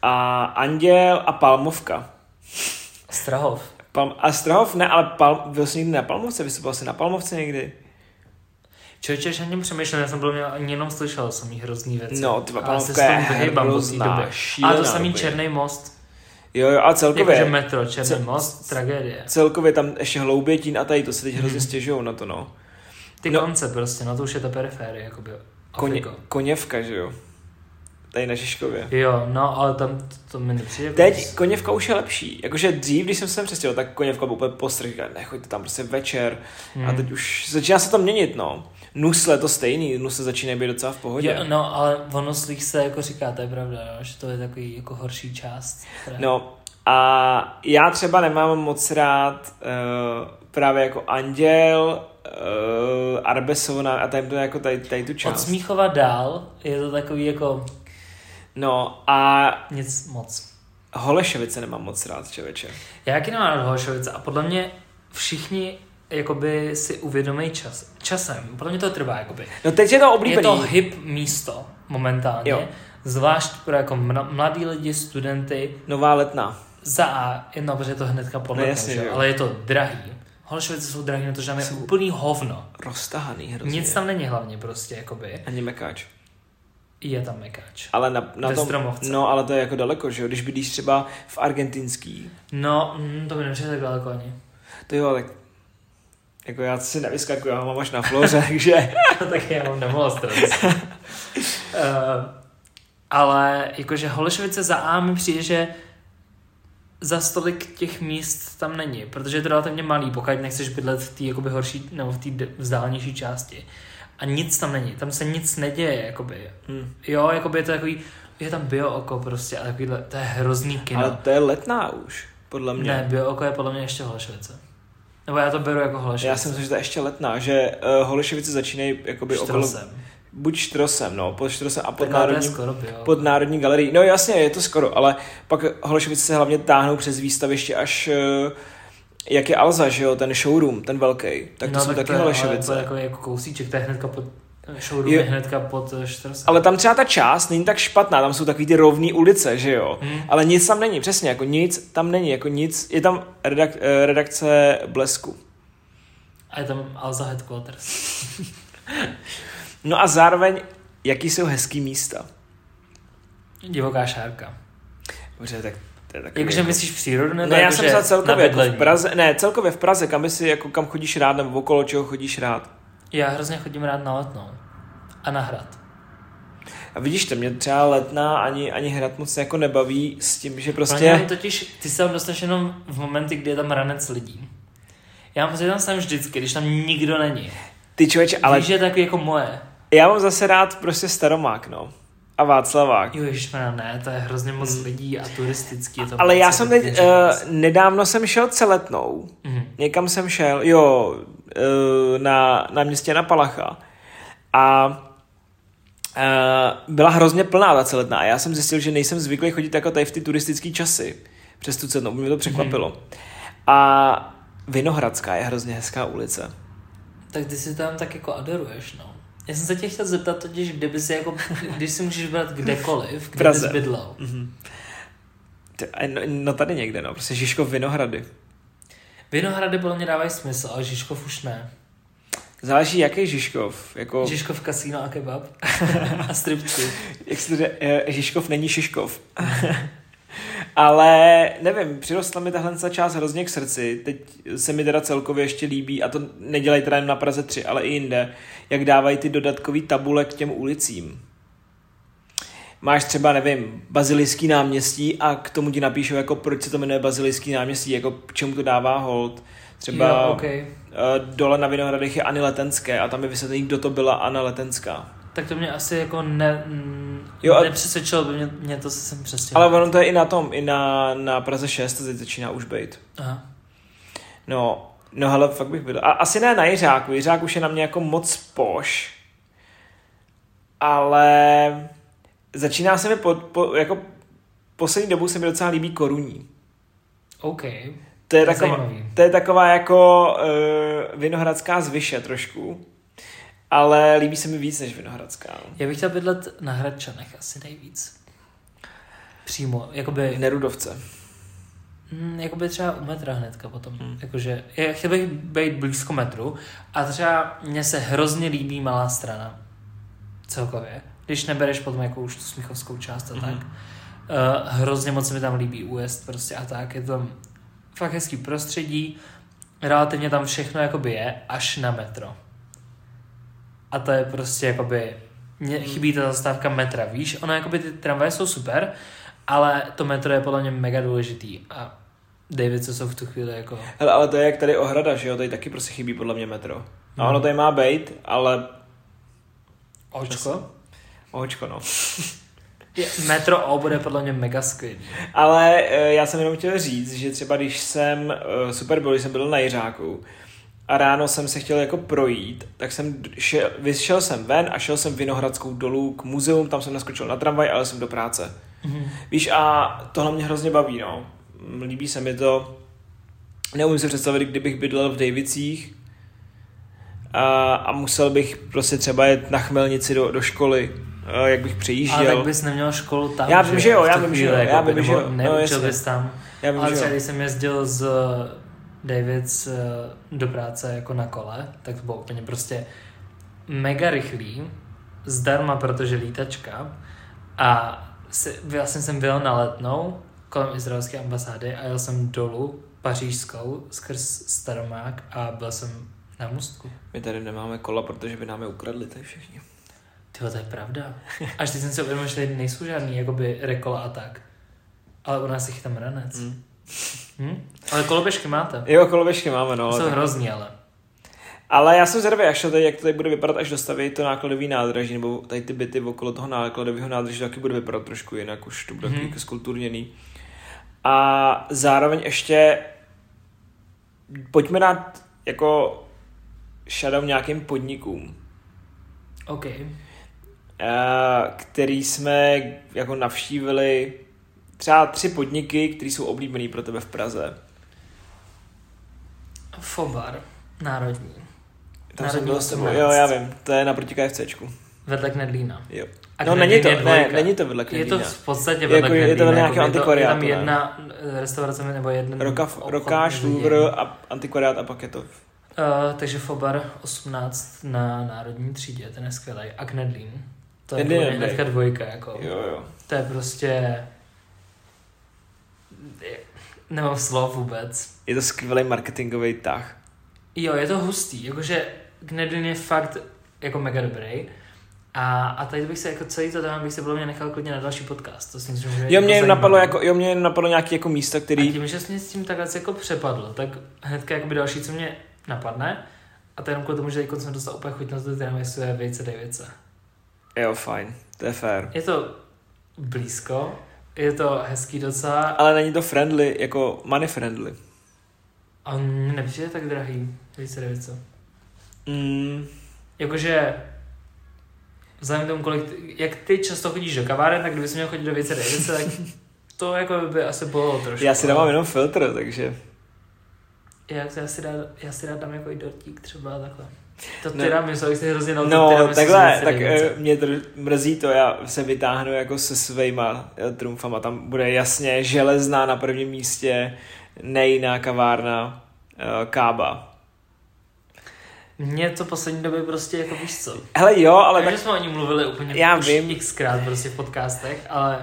[SPEAKER 2] A Anděl a Palmovka.
[SPEAKER 1] Strahov.
[SPEAKER 2] Palm, a Strahov ne, ale Palm, byl jsi někdy na Palmovce, vystupoval jsi na Palmovce někdy.
[SPEAKER 1] Člověče, že o něm přemýšlel, já jsem byl ani jenom slyšel jsem jich hrozný věci.
[SPEAKER 2] No, ty
[SPEAKER 1] ale se s
[SPEAKER 2] Palmovka je
[SPEAKER 1] tom vyhejbám od té
[SPEAKER 2] hrozná,
[SPEAKER 1] doby.
[SPEAKER 2] šílená
[SPEAKER 1] Ale to samý
[SPEAKER 2] doba.
[SPEAKER 1] Černý most,
[SPEAKER 2] Jo, jo, a celkově,
[SPEAKER 1] jakože metro, Černý
[SPEAKER 2] Co-
[SPEAKER 1] most, tragédie.
[SPEAKER 2] celkově tam ještě hloubětín a tady to se teď
[SPEAKER 1] Mhm.
[SPEAKER 2] hrozně stěžují na to, no.
[SPEAKER 1] Ty
[SPEAKER 2] No.
[SPEAKER 1] konce prostě, no to už je ta periférie, jakoby.
[SPEAKER 2] Koně,
[SPEAKER 1] Afriko.
[SPEAKER 2] koněvka, že jo. Tady na Žižkově.
[SPEAKER 1] Jo, no, ale tam to, to mi nepřijde.
[SPEAKER 2] Teď koněvka už je lepší. Jakože dřív, když jsem se sem přestěhoval, tak koněvka byl úplně postrk. Říkal, nechoďte tam prostě večer. Hmm.
[SPEAKER 1] Hm.
[SPEAKER 2] A teď už začíná se to měnit, no. Nusle to stejný, nusle začínají být docela v pohodě.
[SPEAKER 1] Jo, no, ale ono slých se jako říká, to je pravda, no, že to je takový jako horší část. Která...
[SPEAKER 2] No a já třeba nemám moc rád uh, právě jako Anděl, uh, Arbesovna a tady, to jako tady, tady tu
[SPEAKER 1] Od
[SPEAKER 2] část.
[SPEAKER 1] Smíchova dál je to takový jako
[SPEAKER 2] No a
[SPEAKER 1] nic moc.
[SPEAKER 2] Holešovice nemám moc rád, čověče.
[SPEAKER 1] Já jaký nemám rád Holešovice a podle mě všichni jakoby si uvědomí čas, časem. Podle mě to trvá jakoby.
[SPEAKER 2] No teď je to
[SPEAKER 1] Je
[SPEAKER 2] oblíbený.
[SPEAKER 1] to hip místo momentálně.
[SPEAKER 2] Jo.
[SPEAKER 1] Jo. Zvlášť pro jako mna- mladý lidi, studenty.
[SPEAKER 2] Nová letná.
[SPEAKER 1] Za A, no, protože je to hnedka podle
[SPEAKER 2] No
[SPEAKER 1] mě,
[SPEAKER 2] jasně,
[SPEAKER 1] že
[SPEAKER 2] že jo.
[SPEAKER 1] jo, ale je to drahý. Holešovice jsou drahý, protože tam je úplný hovno.
[SPEAKER 2] Roztahaný hrozně.
[SPEAKER 1] Nic tam není hlavně prostě, jakoby.
[SPEAKER 2] Ani mekáč.
[SPEAKER 1] Je tam mekáč.
[SPEAKER 2] Ale na, na
[SPEAKER 1] Ve
[SPEAKER 2] tom,
[SPEAKER 1] Stromovce.
[SPEAKER 2] no ale to je jako daleko, že jo, když bydlíš třeba v argentinský,
[SPEAKER 1] No, mm, to by nepřijde tak daleko ani.
[SPEAKER 2] to jo, tak jako já si nevyskakuju, já ho mám až na floře, takže
[SPEAKER 1] No tak já mám nemohl stres. uh, ale jakože Holešovice za A mi přijde, že za stolik těch míst tam není, protože je to relativně malý, pokud nechceš bydlet v té jakoby horší, nebo v té de- vzdálenější části. A nic tam není, tam se nic neděje, jakoby.
[SPEAKER 2] Hmm.
[SPEAKER 1] Jo, jakoby je to takový, je tam biooko prostě, a takovýhle, to je hrozný kino.
[SPEAKER 2] ale to je letná už, podle mě.
[SPEAKER 1] Ne, biooko je podle mě ještě Holešovice. Nebo já to beru jako Holešovice.
[SPEAKER 2] Já si myslím, že to je ještě letná, že uh, Holešovice začínají jakoby okolo,
[SPEAKER 1] Štrosem.
[SPEAKER 2] buď štrosem, no, pod štrosem a pod
[SPEAKER 1] Tak ale to je
[SPEAKER 2] národním,
[SPEAKER 1] skoro biooko.
[SPEAKER 2] pod národní galerií. No jasně, je to skoro, ale pak Holešovice se hlavně táhnou přes výstaviště až eh, jak je Alza, že jo, ten showroom, ten velký, tak to no, jsou tak taky
[SPEAKER 1] je- ale
[SPEAKER 2] Holešovice.
[SPEAKER 1] To je takový jako kousíček, to je hnedka pod showroom,
[SPEAKER 2] Jo.
[SPEAKER 1] je hnedka pod eh, Štrosem.
[SPEAKER 2] Ale tam třeba ta část není tak špatná, tam jsou takový ty rovné ulice, že jo. Hmm. Ale nic tam není, přesně, jako nic tam není, jako nic. Je tam redak, eh, redakce Blesku.
[SPEAKER 1] A je tam Alza Headquarters.
[SPEAKER 2] No a zároveň, jaký jsou hezký místa.
[SPEAKER 1] Divoká šárka.
[SPEAKER 2] Dobře, tak to je takový.
[SPEAKER 1] Jakože myslíš přírodu nebo
[SPEAKER 2] ne, já
[SPEAKER 1] jako,
[SPEAKER 2] jsem
[SPEAKER 1] že
[SPEAKER 2] myslel
[SPEAKER 1] na
[SPEAKER 2] celkově jako v
[SPEAKER 1] bydlení?
[SPEAKER 2] Praze, ne, celkově v Praze, kam by si, jako kam chodíš rád, nebo okolo čeho chodíš rád.
[SPEAKER 1] Já hrozně chodím rád na letnou. A na hrad.
[SPEAKER 2] A vidíš to, mě třeba letná ani, ani hrad moc jako nebaví s tím, že
[SPEAKER 1] Prostě...
[SPEAKER 2] prostě...
[SPEAKER 1] totiž, ty se tam dostaneš jenom v momenty, kdy je tam ranec lidí. Já musím tam jsem vždycky, když tam nikdo není.
[SPEAKER 2] Ty člověče,
[SPEAKER 1] Ale...
[SPEAKER 2] ale
[SPEAKER 1] Víš, že je takový jako moje.
[SPEAKER 2] já mám zase rád prostě Staromák, no. A Václavák.
[SPEAKER 1] Jo, ježišmena, ne, to je hrozně moc lidí a turistický je to.
[SPEAKER 2] Hmm. Ale já
[SPEAKER 1] moc
[SPEAKER 2] jsem
[SPEAKER 1] jako
[SPEAKER 2] teď,
[SPEAKER 1] ten
[SPEAKER 2] uh,
[SPEAKER 1] čas.
[SPEAKER 2] nedávno jsem šel celetnou,
[SPEAKER 1] Mhm.
[SPEAKER 2] někam jsem šel, jo, uh, na, na městě na Palacha a uh, byla hrozně plná ta celetná a já jsem zjistil, že nejsem zvyklý chodit jako tady v ty turistické časy přes tu celetnou, mě to překvapilo. A Vinohradská je hrozně hezká ulice.
[SPEAKER 1] Tak ty si tam tak jako adoruješ, no. Já jsem se tě chtěl zeptat totiž, kdyby si jako, když si můžeš brát kdekoliv, kde
[SPEAKER 2] Praze.
[SPEAKER 1] bys bydlel.
[SPEAKER 2] Ty- a No, no tady někde, no, prostě Žižkov Vinohrady.
[SPEAKER 1] Vinohrady podle mě dávají smysl, ale Žižkov už ne.
[SPEAKER 2] Záleží, jaký Žižkov. Jako,
[SPEAKER 1] Žižkov kasíno a kebab a stripci.
[SPEAKER 2] jak se to ře- eh, Žižkov není Šiškov. Ale nevím, přirostla mi tahle ta část hrozně k srdci. Teď se mi teda celkově ještě líbí, a to nedělají teda jen na Praze 3, ale i jinde, jak dávají ty dodatkové tabule k těm ulicím. Máš třeba, nevím, bazilijský náměstí a k tomu ti napíšou, jako proč se to jmenuje bazilijský náměstí, jako k čemu to dává hold. Třeba
[SPEAKER 1] Jo,
[SPEAKER 2] jo,
[SPEAKER 1] okay.
[SPEAKER 2] dole na Vinohradech je Ani Letenské a tam je vysvětlený, kdo to byla Anna Letenská.
[SPEAKER 1] Tak to mě asi jako ne, mm,
[SPEAKER 2] Jo, a-
[SPEAKER 1] nepřesvědčilo, by mě, mě to se sem přesvědčilo.
[SPEAKER 2] Ale ono to je i na tom, i na, na Praze 6 to teď začíná už být.
[SPEAKER 1] Aha.
[SPEAKER 2] No, no hele, fakt bych byl. A asi ne na Jiřáku, Jiřák už je na mě jako moc poš. Ale začíná se mi po, po, jako poslední dobou se mi docela líbí koruní.
[SPEAKER 1] OK.
[SPEAKER 2] To je
[SPEAKER 1] To je
[SPEAKER 2] taková,
[SPEAKER 1] zajímavý.
[SPEAKER 2] to je taková jako uh, vinohradská z Vyše trošku. Ale líbí se mi víc než vinohradská. no.
[SPEAKER 1] Já bych chtěl bydlet na Hradčanech asi nejvíc. Přímo, jakoby...
[SPEAKER 2] V Nerudovce.
[SPEAKER 1] Mm, jakoby třeba u metra hnedka potom.
[SPEAKER 2] Hmm.
[SPEAKER 1] Hmm. Jakože, já chtěl bych být blízko metru a třeba mně se hrozně líbí malá strana. Celkově. Když nebereš potom jako už tu smíchovskou část a tak.
[SPEAKER 2] Mhm.
[SPEAKER 1] Hmm. Uh, hrozně moc se mi tam líbí újezd prostě a tak. Je tam fakt hezký prostředí. Relativně tam všechno jakoby je až na metro. A to je prostě jakoby Mně chybí ta zastávka metra, víš? Ona, jakoby ty tramvaje jsou super, ale to metro je podle mě mega důležitý. A David, co jsou v tu chvíli jako...
[SPEAKER 2] Hele, ale to je jak tady ohrada, že jo, tady taky prostě chybí podle mě metro. A
[SPEAKER 1] Mhm.
[SPEAKER 2] ono tady má být, ale
[SPEAKER 1] Očko?
[SPEAKER 2] ohočko no.
[SPEAKER 1] Je, metro O bude podle mě mega skvělý.
[SPEAKER 2] Ale eh, já jsem jenom chtěl říct, že třeba když jsem eh, super byl, když jsem byl na Jiřáku a ráno jsem se chtěl jako projít, tak jsem d- šel, vyšel jsem ven a šel jsem Vinohradskou dolů k muzeum, tam jsem naskočil na tramvaj, ale jsem do práce.
[SPEAKER 1] Mhm.
[SPEAKER 2] Víš, a tohle mě hrozně baví, no. Mm, Líbí se mi to. Neumím si představit, kdybych bydlel v Davicích a, a musel bych prostě třeba jet na chmelnici do, do školy, eh, jak bych
[SPEAKER 1] Ale
[SPEAKER 2] přejížděl.
[SPEAKER 1] tak bys neměl školu tam.
[SPEAKER 2] Já vím, že jo,
[SPEAKER 1] v
[SPEAKER 2] já
[SPEAKER 1] tu
[SPEAKER 2] vím, že
[SPEAKER 1] chvíli,
[SPEAKER 2] jo, já
[SPEAKER 1] jakoby,
[SPEAKER 2] vím, že
[SPEAKER 1] nebo
[SPEAKER 2] jo. No,
[SPEAKER 1] Neučil
[SPEAKER 2] jasně.
[SPEAKER 1] bys tam.
[SPEAKER 2] Já vím,
[SPEAKER 1] Ale
[SPEAKER 2] že
[SPEAKER 1] třeba
[SPEAKER 2] jo.
[SPEAKER 1] když jsem jezdil z Davids eh, do práce jako na kole, tak to bylo úplně prostě mega rychlý, zdarma, protože lítačka. A si, vlastně jsem byl na letnou kolem izraelské ambasády a jel jsem dolů pařížskou skrz Staromák a byl jsem na mostku.
[SPEAKER 2] My tady nemáme kola, protože by nám je ukradli tady všichni.
[SPEAKER 1] Tyjo, to je pravda. Až teď jsem si uvědomil, že tady nejsou žádný jakoby rekola a tak. Ale u nás je chytám ranec. Hmm.
[SPEAKER 2] Hmm.
[SPEAKER 1] Ale koloběžky máte.
[SPEAKER 2] Jo, koloběžky máme, no.
[SPEAKER 1] No,
[SPEAKER 2] Ale,
[SPEAKER 1] jsou
[SPEAKER 2] tak...
[SPEAKER 1] hrozný, ale.
[SPEAKER 2] ale já jsem zvědavý, až to tady, jak to tady bude vypadat, až dostaví to nákladový nádraží, nebo tady ty byty okolo toho nákladového nádraží, to taky bude vypadat trošku jinak, už to bude
[SPEAKER 1] Mhm.
[SPEAKER 2] mm-hmm. jako skulturněný. A zároveň ještě pojďme dát jako shadow nějakým podnikům,
[SPEAKER 1] OK.
[SPEAKER 2] eh, který jsme jako navštívili třeba tři podniky, které jsou oblíbený pro tebe v Praze.
[SPEAKER 1] Fobar. Národní.
[SPEAKER 2] Tam jsem
[SPEAKER 1] Národní
[SPEAKER 2] byl s tebou.
[SPEAKER 1] 18.
[SPEAKER 2] Jo, já vím, to je naproti KFCčku.
[SPEAKER 1] Vedle Knedlína.
[SPEAKER 2] Jo.
[SPEAKER 1] A
[SPEAKER 2] no,
[SPEAKER 1] Knedlín
[SPEAKER 2] není to,
[SPEAKER 1] je
[SPEAKER 2] ne,
[SPEAKER 1] dvojka.
[SPEAKER 2] není to vedle
[SPEAKER 1] Je
[SPEAKER 2] Knedlína.
[SPEAKER 1] to v podstatě
[SPEAKER 2] Jako,
[SPEAKER 1] vedle
[SPEAKER 2] je to
[SPEAKER 1] Knedlína,
[SPEAKER 2] vedle
[SPEAKER 1] jakoby
[SPEAKER 2] nějakého
[SPEAKER 1] je tam
[SPEAKER 2] antikvariátu, ne?
[SPEAKER 1] jedna eh, restaurace nebo jeden
[SPEAKER 2] Roka,
[SPEAKER 1] obchod
[SPEAKER 2] rokáš,
[SPEAKER 1] mezi
[SPEAKER 2] Louvre
[SPEAKER 1] nimi.
[SPEAKER 2] a antikvariát a pak je to.
[SPEAKER 1] Uh, takže Fobar 18 na národní třídě, ten je skvělý. A Knedlín. To je
[SPEAKER 2] Knedlín
[SPEAKER 1] podle mě
[SPEAKER 2] je
[SPEAKER 1] hnedka dvojka. Jako.
[SPEAKER 2] Jo, jo.
[SPEAKER 1] To je prostě... Nemám slov vůbec.
[SPEAKER 2] Je to skvělý marketingový tah.
[SPEAKER 1] Jo, je to hustý, jakože Knedlin je fakt jako mega dobrý. A, a tady bych se jako celý to téma bych se podle mě nechal klidně na další podcast. To si myslím, že je
[SPEAKER 2] Jo, mě
[SPEAKER 1] jako
[SPEAKER 2] jen napadlo,
[SPEAKER 1] zajímavý.
[SPEAKER 2] jako, jo, mě jen napadlo nějaký jako místa,
[SPEAKER 1] A
[SPEAKER 2] který...
[SPEAKER 1] tím, že jsi mě s tím takhle jako přepadl, tak hnedka jakoby další, co mě napadne, a to jenom kvůli tomu, že jako jsem dostal úplně chuť na to tiramisu je vejce device.
[SPEAKER 2] Jo, fajn, to je fair.
[SPEAKER 1] Je to blízko, je to hezký docela
[SPEAKER 2] Ale není to friendly, jako money friendly.
[SPEAKER 1] a mně nepřijde tak drahý vejce device.
[SPEAKER 2] Mm,
[SPEAKER 1] Jakože vzhledem k tomu, kolik, jak ty často chodíš do kaváren, tak kdybys měl chodit do věce Davice, tak to jako by asi bylo trošku.
[SPEAKER 2] já si dávám
[SPEAKER 1] ale-
[SPEAKER 2] jenom filtr, takže...
[SPEAKER 1] Já, já, si rád, já si rád dám jako i dortík třeba takhle. To
[SPEAKER 2] Ne.
[SPEAKER 1] ty rád myslel, jak jsi hrozně na to
[SPEAKER 2] No,
[SPEAKER 1] tiramisu z
[SPEAKER 2] takhle,
[SPEAKER 1] Věce
[SPEAKER 2] tak
[SPEAKER 1] Davice.
[SPEAKER 2] eh, mě dr- mrzí to, já se vytáhnu jako se svýma eh, trumfama, tam bude jasně železná na prvním místě, nejiná kavárna, eh, kába.
[SPEAKER 1] Mně to poslední době prostě jako víš co.
[SPEAKER 2] Hele jo,
[SPEAKER 1] Ale
[SPEAKER 2] ale
[SPEAKER 1] tak,
[SPEAKER 2] tak
[SPEAKER 1] že jsme o ní mluvili úplně
[SPEAKER 2] Já
[SPEAKER 1] už
[SPEAKER 2] vím.
[SPEAKER 1] xkrát prostě v podcastech, ale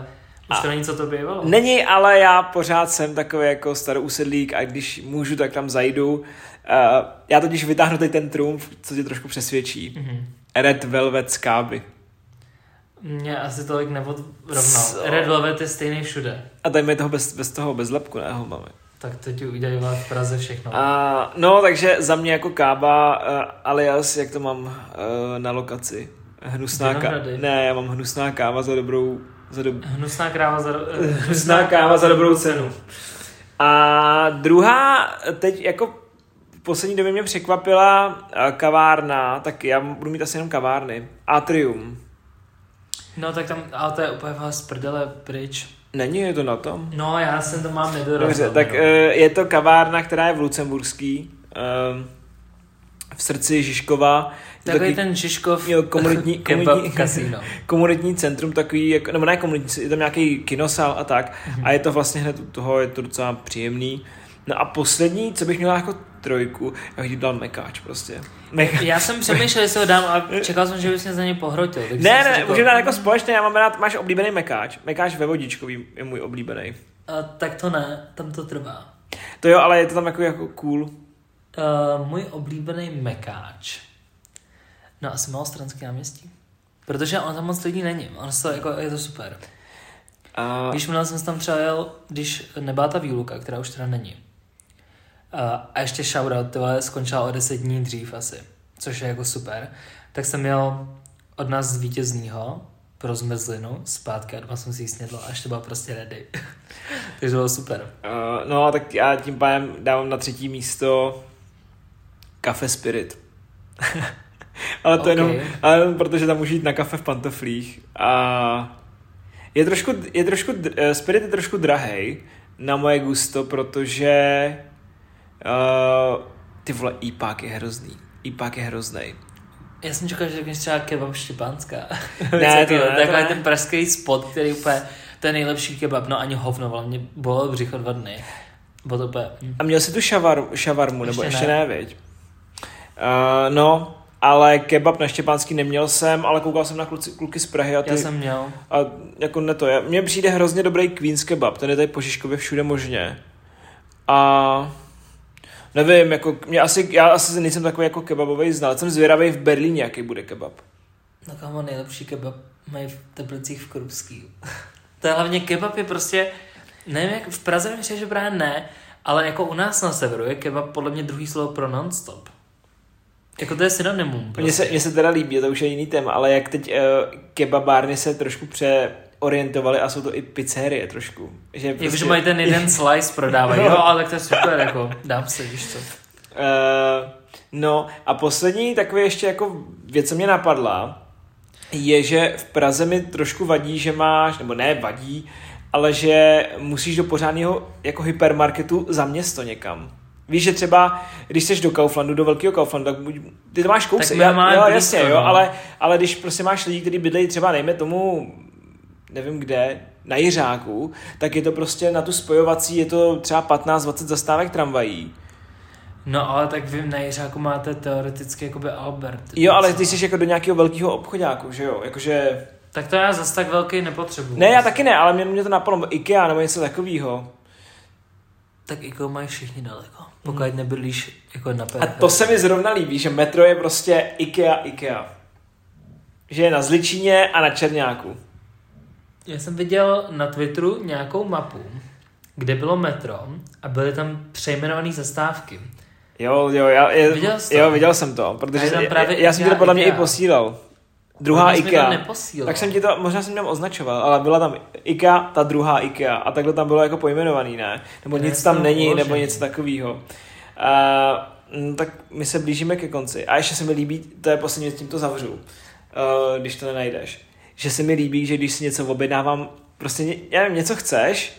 [SPEAKER 1] už
[SPEAKER 2] A-
[SPEAKER 1] to není co to bývalo.
[SPEAKER 2] není, ale já pořád jsem takový jako starousedlík a když můžu, tak tam zajdu. Eh, Já totiž vytáhnu tady ten trumf, co tě trošku přesvědčí.
[SPEAKER 1] Mhm.
[SPEAKER 2] Red Velvet z káby.
[SPEAKER 1] Mě asi tolik neodrovnal.
[SPEAKER 2] Co?
[SPEAKER 1] Red Velvet je stejný všude.
[SPEAKER 2] A tady mi toho bez, bez toho bez lepku, ne, ho máme.
[SPEAKER 1] Tak to ti udělají v Praze všechno.
[SPEAKER 2] A, no, takže za mě jako kába, eh, alias, jak to mám eh, na lokaci? Hnusná káva.
[SPEAKER 1] Vinohrady.
[SPEAKER 2] Ne, já mám hnusná káva za dobrou... Za dob...
[SPEAKER 1] Hnusná kráva za...
[SPEAKER 2] Eh, Hnusná káva za dobrou cenu. A druhá, teď jako v poslední době mě překvapila eh, kavárna, tak já budu mít asi jenom kavárny. Atrium.
[SPEAKER 1] No tak tam, ale to je úplně vás z prdele pryč.
[SPEAKER 2] Není je to na tom?
[SPEAKER 1] No já jsem to mám No, nedorazil.
[SPEAKER 2] Dobře, tak eh, je to kavárna, která je v Lucemburský, eh, v srdci Žižkova. Je to
[SPEAKER 1] Takový
[SPEAKER 2] takový-
[SPEAKER 1] ten Žižkov
[SPEAKER 2] Jo, komunitní, komunitní,
[SPEAKER 1] kebab kasino.
[SPEAKER 2] komunitní centrum takový, jako, nebo ne komunitní, je tam nějaký kinosál a tak a je to vlastně hned u toho, je to docela příjemný. No a poslední, co bych měl jako trojku, já bych jí dal mekáč prostě. Mekáč.
[SPEAKER 1] Já jsem přemýšlel, jestli ho dám a čekal jsem, že bys mě za ně pohrotil. tak jsem
[SPEAKER 2] Ne,
[SPEAKER 1] si
[SPEAKER 2] ne,
[SPEAKER 1] řekl,
[SPEAKER 2] můžeme dát jako společně, já mám rád, máš oblíbený mekáč. Mekáč ve vodičkový je můj oblíbený.
[SPEAKER 1] "A, eh, tak to ne, tam to trvá.
[SPEAKER 2] To jo, ale je to tam jako, jako cool.
[SPEAKER 1] Eh, Uh, můj oblíbený mekáč. No asi malostranský náměstí. Protože ono tam moc lidí není. Ono se to, jako, je to super.
[SPEAKER 2] A
[SPEAKER 1] Víš, minule jsem se tam třeba jel, když nebyla ta výluka, která už teda není. A, a ještě shoutout, ty vole, skončila o 10 dní dřív asi, což je jako super. Tak jsem jel od nás z vítěznýho pro zmrzlinu zpátky a doma jsem si ji snědl a ještě byla prostě ready. Takže bylo super.
[SPEAKER 2] Uh, no, tak já tím pádem dávám na třetí místo kafe Spirit. ale to okay.
[SPEAKER 1] Okay.
[SPEAKER 2] jenom, ale jenom protože tam můžu jít na kafe v pantoflích. A je trošku, je trošku, dr- eh, Spirit je trošku drahej na moje gusto, protože uh, ty vole, IPák je hrozný. IPák je hroznej.
[SPEAKER 1] Já jsem čekal, že řekneš třeba kebab štěpánská.
[SPEAKER 2] Ne, to
[SPEAKER 1] to
[SPEAKER 2] ne,
[SPEAKER 1] je
[SPEAKER 2] to
[SPEAKER 1] takový
[SPEAKER 2] ne.
[SPEAKER 1] ten pražský spot, který úplně, to je nejlepší kebab, no ani hovno, ale mě bylo břicho dva dny. Bylo to úplně, hm.
[SPEAKER 2] A měl jsi tu šavar, šavarmu, nebo
[SPEAKER 1] Ještě
[SPEAKER 2] ještě
[SPEAKER 1] ne.
[SPEAKER 2] ne, viď? Uh, no, ale kebab na Štěpánský neměl jsem, ale koukal jsem na kluci, kluky z Prahy a ty...
[SPEAKER 1] já jsem měl.
[SPEAKER 2] A jako ne to, já- mně přijde hrozně dobrý Queen's kebab, ten je tady po Žižkově všude možně. A nevím, jako mě asi, já asi nejsem takový jako kebabový znal, jsem zvědavý v Berlíně, jaký bude kebab.
[SPEAKER 1] No kámo, nejlepší kebab mají v Teplicích v Krupský. to je hlavně kebab je prostě, nevím jak, v Praze mi přijde, že právě ne, ale jako u nás na severu je kebab podle mě druhý slovo pro nonstop. Jako to je synonymum.
[SPEAKER 2] Mně
[SPEAKER 1] Prostě.
[SPEAKER 2] se, mně se teda líbí, to už je jiný téma, ale jak teď uh, kebabárny se trošku přeorientovaly a jsou to i pizzerie trošku. Že
[SPEAKER 1] Prostě... Jakože mají ten jeden slice prodávají,
[SPEAKER 2] No.
[SPEAKER 1] jo, ale tak to je super, jako dám se, víš co.
[SPEAKER 2] Eh, no a poslední takový ještě jako věc, co mě napadla, je, že v Praze mi trošku vadí, že máš, nebo ne vadí, ale že musíš do pořádného jako hypermarketu za město někam. Víš, že třeba, když jsi do Kauflandu, do velkého Kauflandu, tak buď, ty to máš kousek.
[SPEAKER 1] my máme
[SPEAKER 2] jo,
[SPEAKER 1] blízko,
[SPEAKER 2] jasně, jo,
[SPEAKER 1] no.
[SPEAKER 2] ale, ale když prostě máš lidi, kteří bydlejí třeba, nejme tomu, nevím kde, na Jiřáku, tak je to prostě na tu spojovací, je to třeba 15-20 zastávek tramvají.
[SPEAKER 1] No ale tak vy na Jiřáku máte teoreticky jakoby Albert.
[SPEAKER 2] Jo, ale ty jsi jako do nějakého velkého obchodáku, že jo? Jakože...
[SPEAKER 1] Tak to já zas tak velký nepotřebuju.
[SPEAKER 2] Ne, já taky ne, ale mě, mě to napadlo, IKEA nebo něco takového.
[SPEAKER 1] Tak jako mají všichni daleko, pokud hmm. nebydlíš jako na
[SPEAKER 2] A
[SPEAKER 1] periferii.
[SPEAKER 2] to se mi zrovna líbí, že metro je prostě IKEA, IKEA. Že je na Zličíně a na Černáku.
[SPEAKER 1] Já jsem viděl na Twitteru nějakou mapu, kde bylo metro a byly tam přejmenované zastávky.
[SPEAKER 2] Jo, jo, já, je,
[SPEAKER 1] Viděl jsi to?
[SPEAKER 2] jo, viděl jsem to,
[SPEAKER 1] A
[SPEAKER 2] protože
[SPEAKER 1] je tam právě
[SPEAKER 2] já, já jsem ti to
[SPEAKER 1] IKEA,
[SPEAKER 2] podle mě
[SPEAKER 1] IKEA.
[SPEAKER 2] i posílal. Druhá
[SPEAKER 1] Možná jsi mi to
[SPEAKER 2] IKEA.
[SPEAKER 1] neposílal.
[SPEAKER 2] Tak jsem ti to, možná jsem tam označoval, ale byla tam IKEA, ta druhá IKEA a takhle tam bylo jako pojmenovaný, ne? Nebo
[SPEAKER 1] Ne,
[SPEAKER 2] nic
[SPEAKER 1] jsou
[SPEAKER 2] tam není, nebo
[SPEAKER 1] uložený.
[SPEAKER 2] něco takového. Uh, no, tak my se blížíme ke konci. A ještě se mi líbí, to je poslední, tím to zavřu, uh, když to nenajdeš. Že se mi líbí, že když si něco objednávám, prostě ně, já nevím, něco chceš,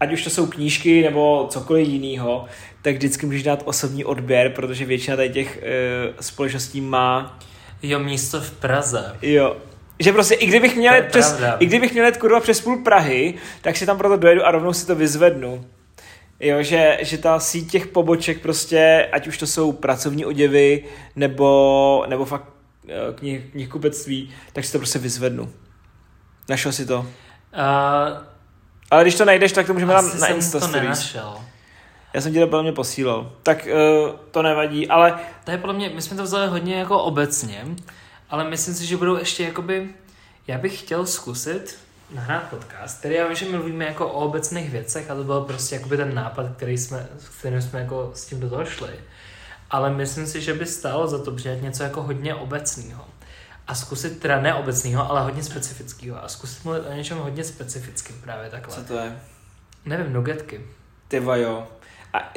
[SPEAKER 2] ať už to jsou knížky nebo cokoliv jiného, tak vždycky můžeš dát osobní odběr, protože většina tady těch uh, společností má
[SPEAKER 1] Jo, místo v Praze.
[SPEAKER 2] Jo. Že prostě, i kdybych měl,
[SPEAKER 1] To je
[SPEAKER 2] jet přes,
[SPEAKER 1] pravda.
[SPEAKER 2] i kdybych měl jet kurva přes půl Prahy, tak si tam proto dojedu a rovnou si to vyzvednu. Jo, že, že ta síť těch poboček prostě, ať už to jsou pracovní oděvy, nebo, nebo fakt eh, knih, knihkupectví, tak si to prostě vyzvednu. Našel si to.
[SPEAKER 1] Uh,
[SPEAKER 2] Ale když to najdeš, tak to můžeme
[SPEAKER 1] asi
[SPEAKER 2] dát na
[SPEAKER 1] jsem
[SPEAKER 2] Insta
[SPEAKER 1] to
[SPEAKER 2] Stories.
[SPEAKER 1] nenašel.
[SPEAKER 2] Já jsem ti to podle mě posílal. Tak uh, to nevadí, ale
[SPEAKER 1] To je podle mě, my jsme to vzali hodně jako obecně, ale myslím si, že budou ještě jakoby, já bych chtěl zkusit nahrát podcast, který já vím, že my mluvíme jako o obecných věcech a to byl prostě jakoby ten nápad, který jsme, s kterým jsme jako s tím do toho šli. Ale myslím si, že by stálo za to přidat něco jako hodně obecného. A zkusit teda ne obecného, ale hodně specifického. A zkusit mluvit o něčem hodně specifickým právě takhle.
[SPEAKER 2] co to je?
[SPEAKER 1] Nevím, nugetky.
[SPEAKER 2] Ty jo.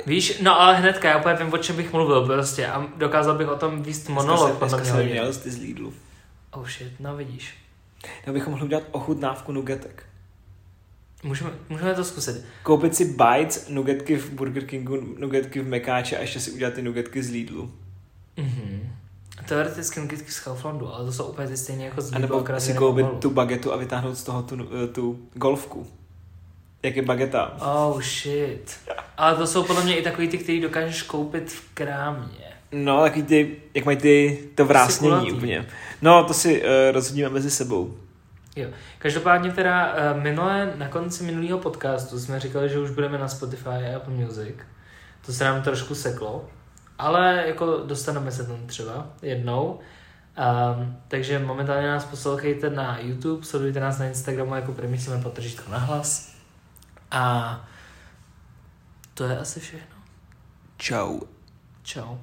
[SPEAKER 1] Víš, no ale hnedka, já úplně vím, o čem bych mluvil prostě a dokázal bych o tom víst monolog
[SPEAKER 2] dneska
[SPEAKER 1] podle mě.
[SPEAKER 2] jsem dneska jsem
[SPEAKER 1] hodně.
[SPEAKER 2] měl ty z Lidlu.
[SPEAKER 1] Oh shit, no vidíš.
[SPEAKER 2] Nebo bychom mohli udělat ochutnávku nugetek.
[SPEAKER 1] Můžeme, můžeme to zkusit.
[SPEAKER 2] Koupit si bites, nugetky v Burger Kingu, nugetky v Mekáče a ještě si udělat ty nugetky z Lidlu.
[SPEAKER 1] Mhm. Teoreticky nuggety z Kauflandu, ale to jsou úplně ty stejné jako z
[SPEAKER 2] A
[SPEAKER 1] Lidlu,
[SPEAKER 2] nebo
[SPEAKER 1] akorát
[SPEAKER 2] si
[SPEAKER 1] jen
[SPEAKER 2] koupit
[SPEAKER 1] pomalu.
[SPEAKER 2] tu bagetu a vytáhnout z toho tu, nu- eh, tu golfku. Jak je bageta.
[SPEAKER 1] Oh shit. Ale to jsou podle mě i takový ty, který dokážeš koupit v krámě.
[SPEAKER 2] No, taky ty, jak mají ty, to vrásnění
[SPEAKER 1] kulatý.
[SPEAKER 2] úplně. No, to si uh, rozhodíme mezi sebou.
[SPEAKER 1] Každopádně teda eh, minule, na konci minulého podcastu jsme říkali, že už budeme na Spotify a Apple Music. To se nám trošku seklo, ale jako dostaneme se tam třeba jednou. Um, takže momentálně nás poslouchejte na YouTube, sledujte nás na Instagramu jako Premyslíme potržítko na hlas. A to je asi všechno.
[SPEAKER 2] Čau.
[SPEAKER 1] Čau.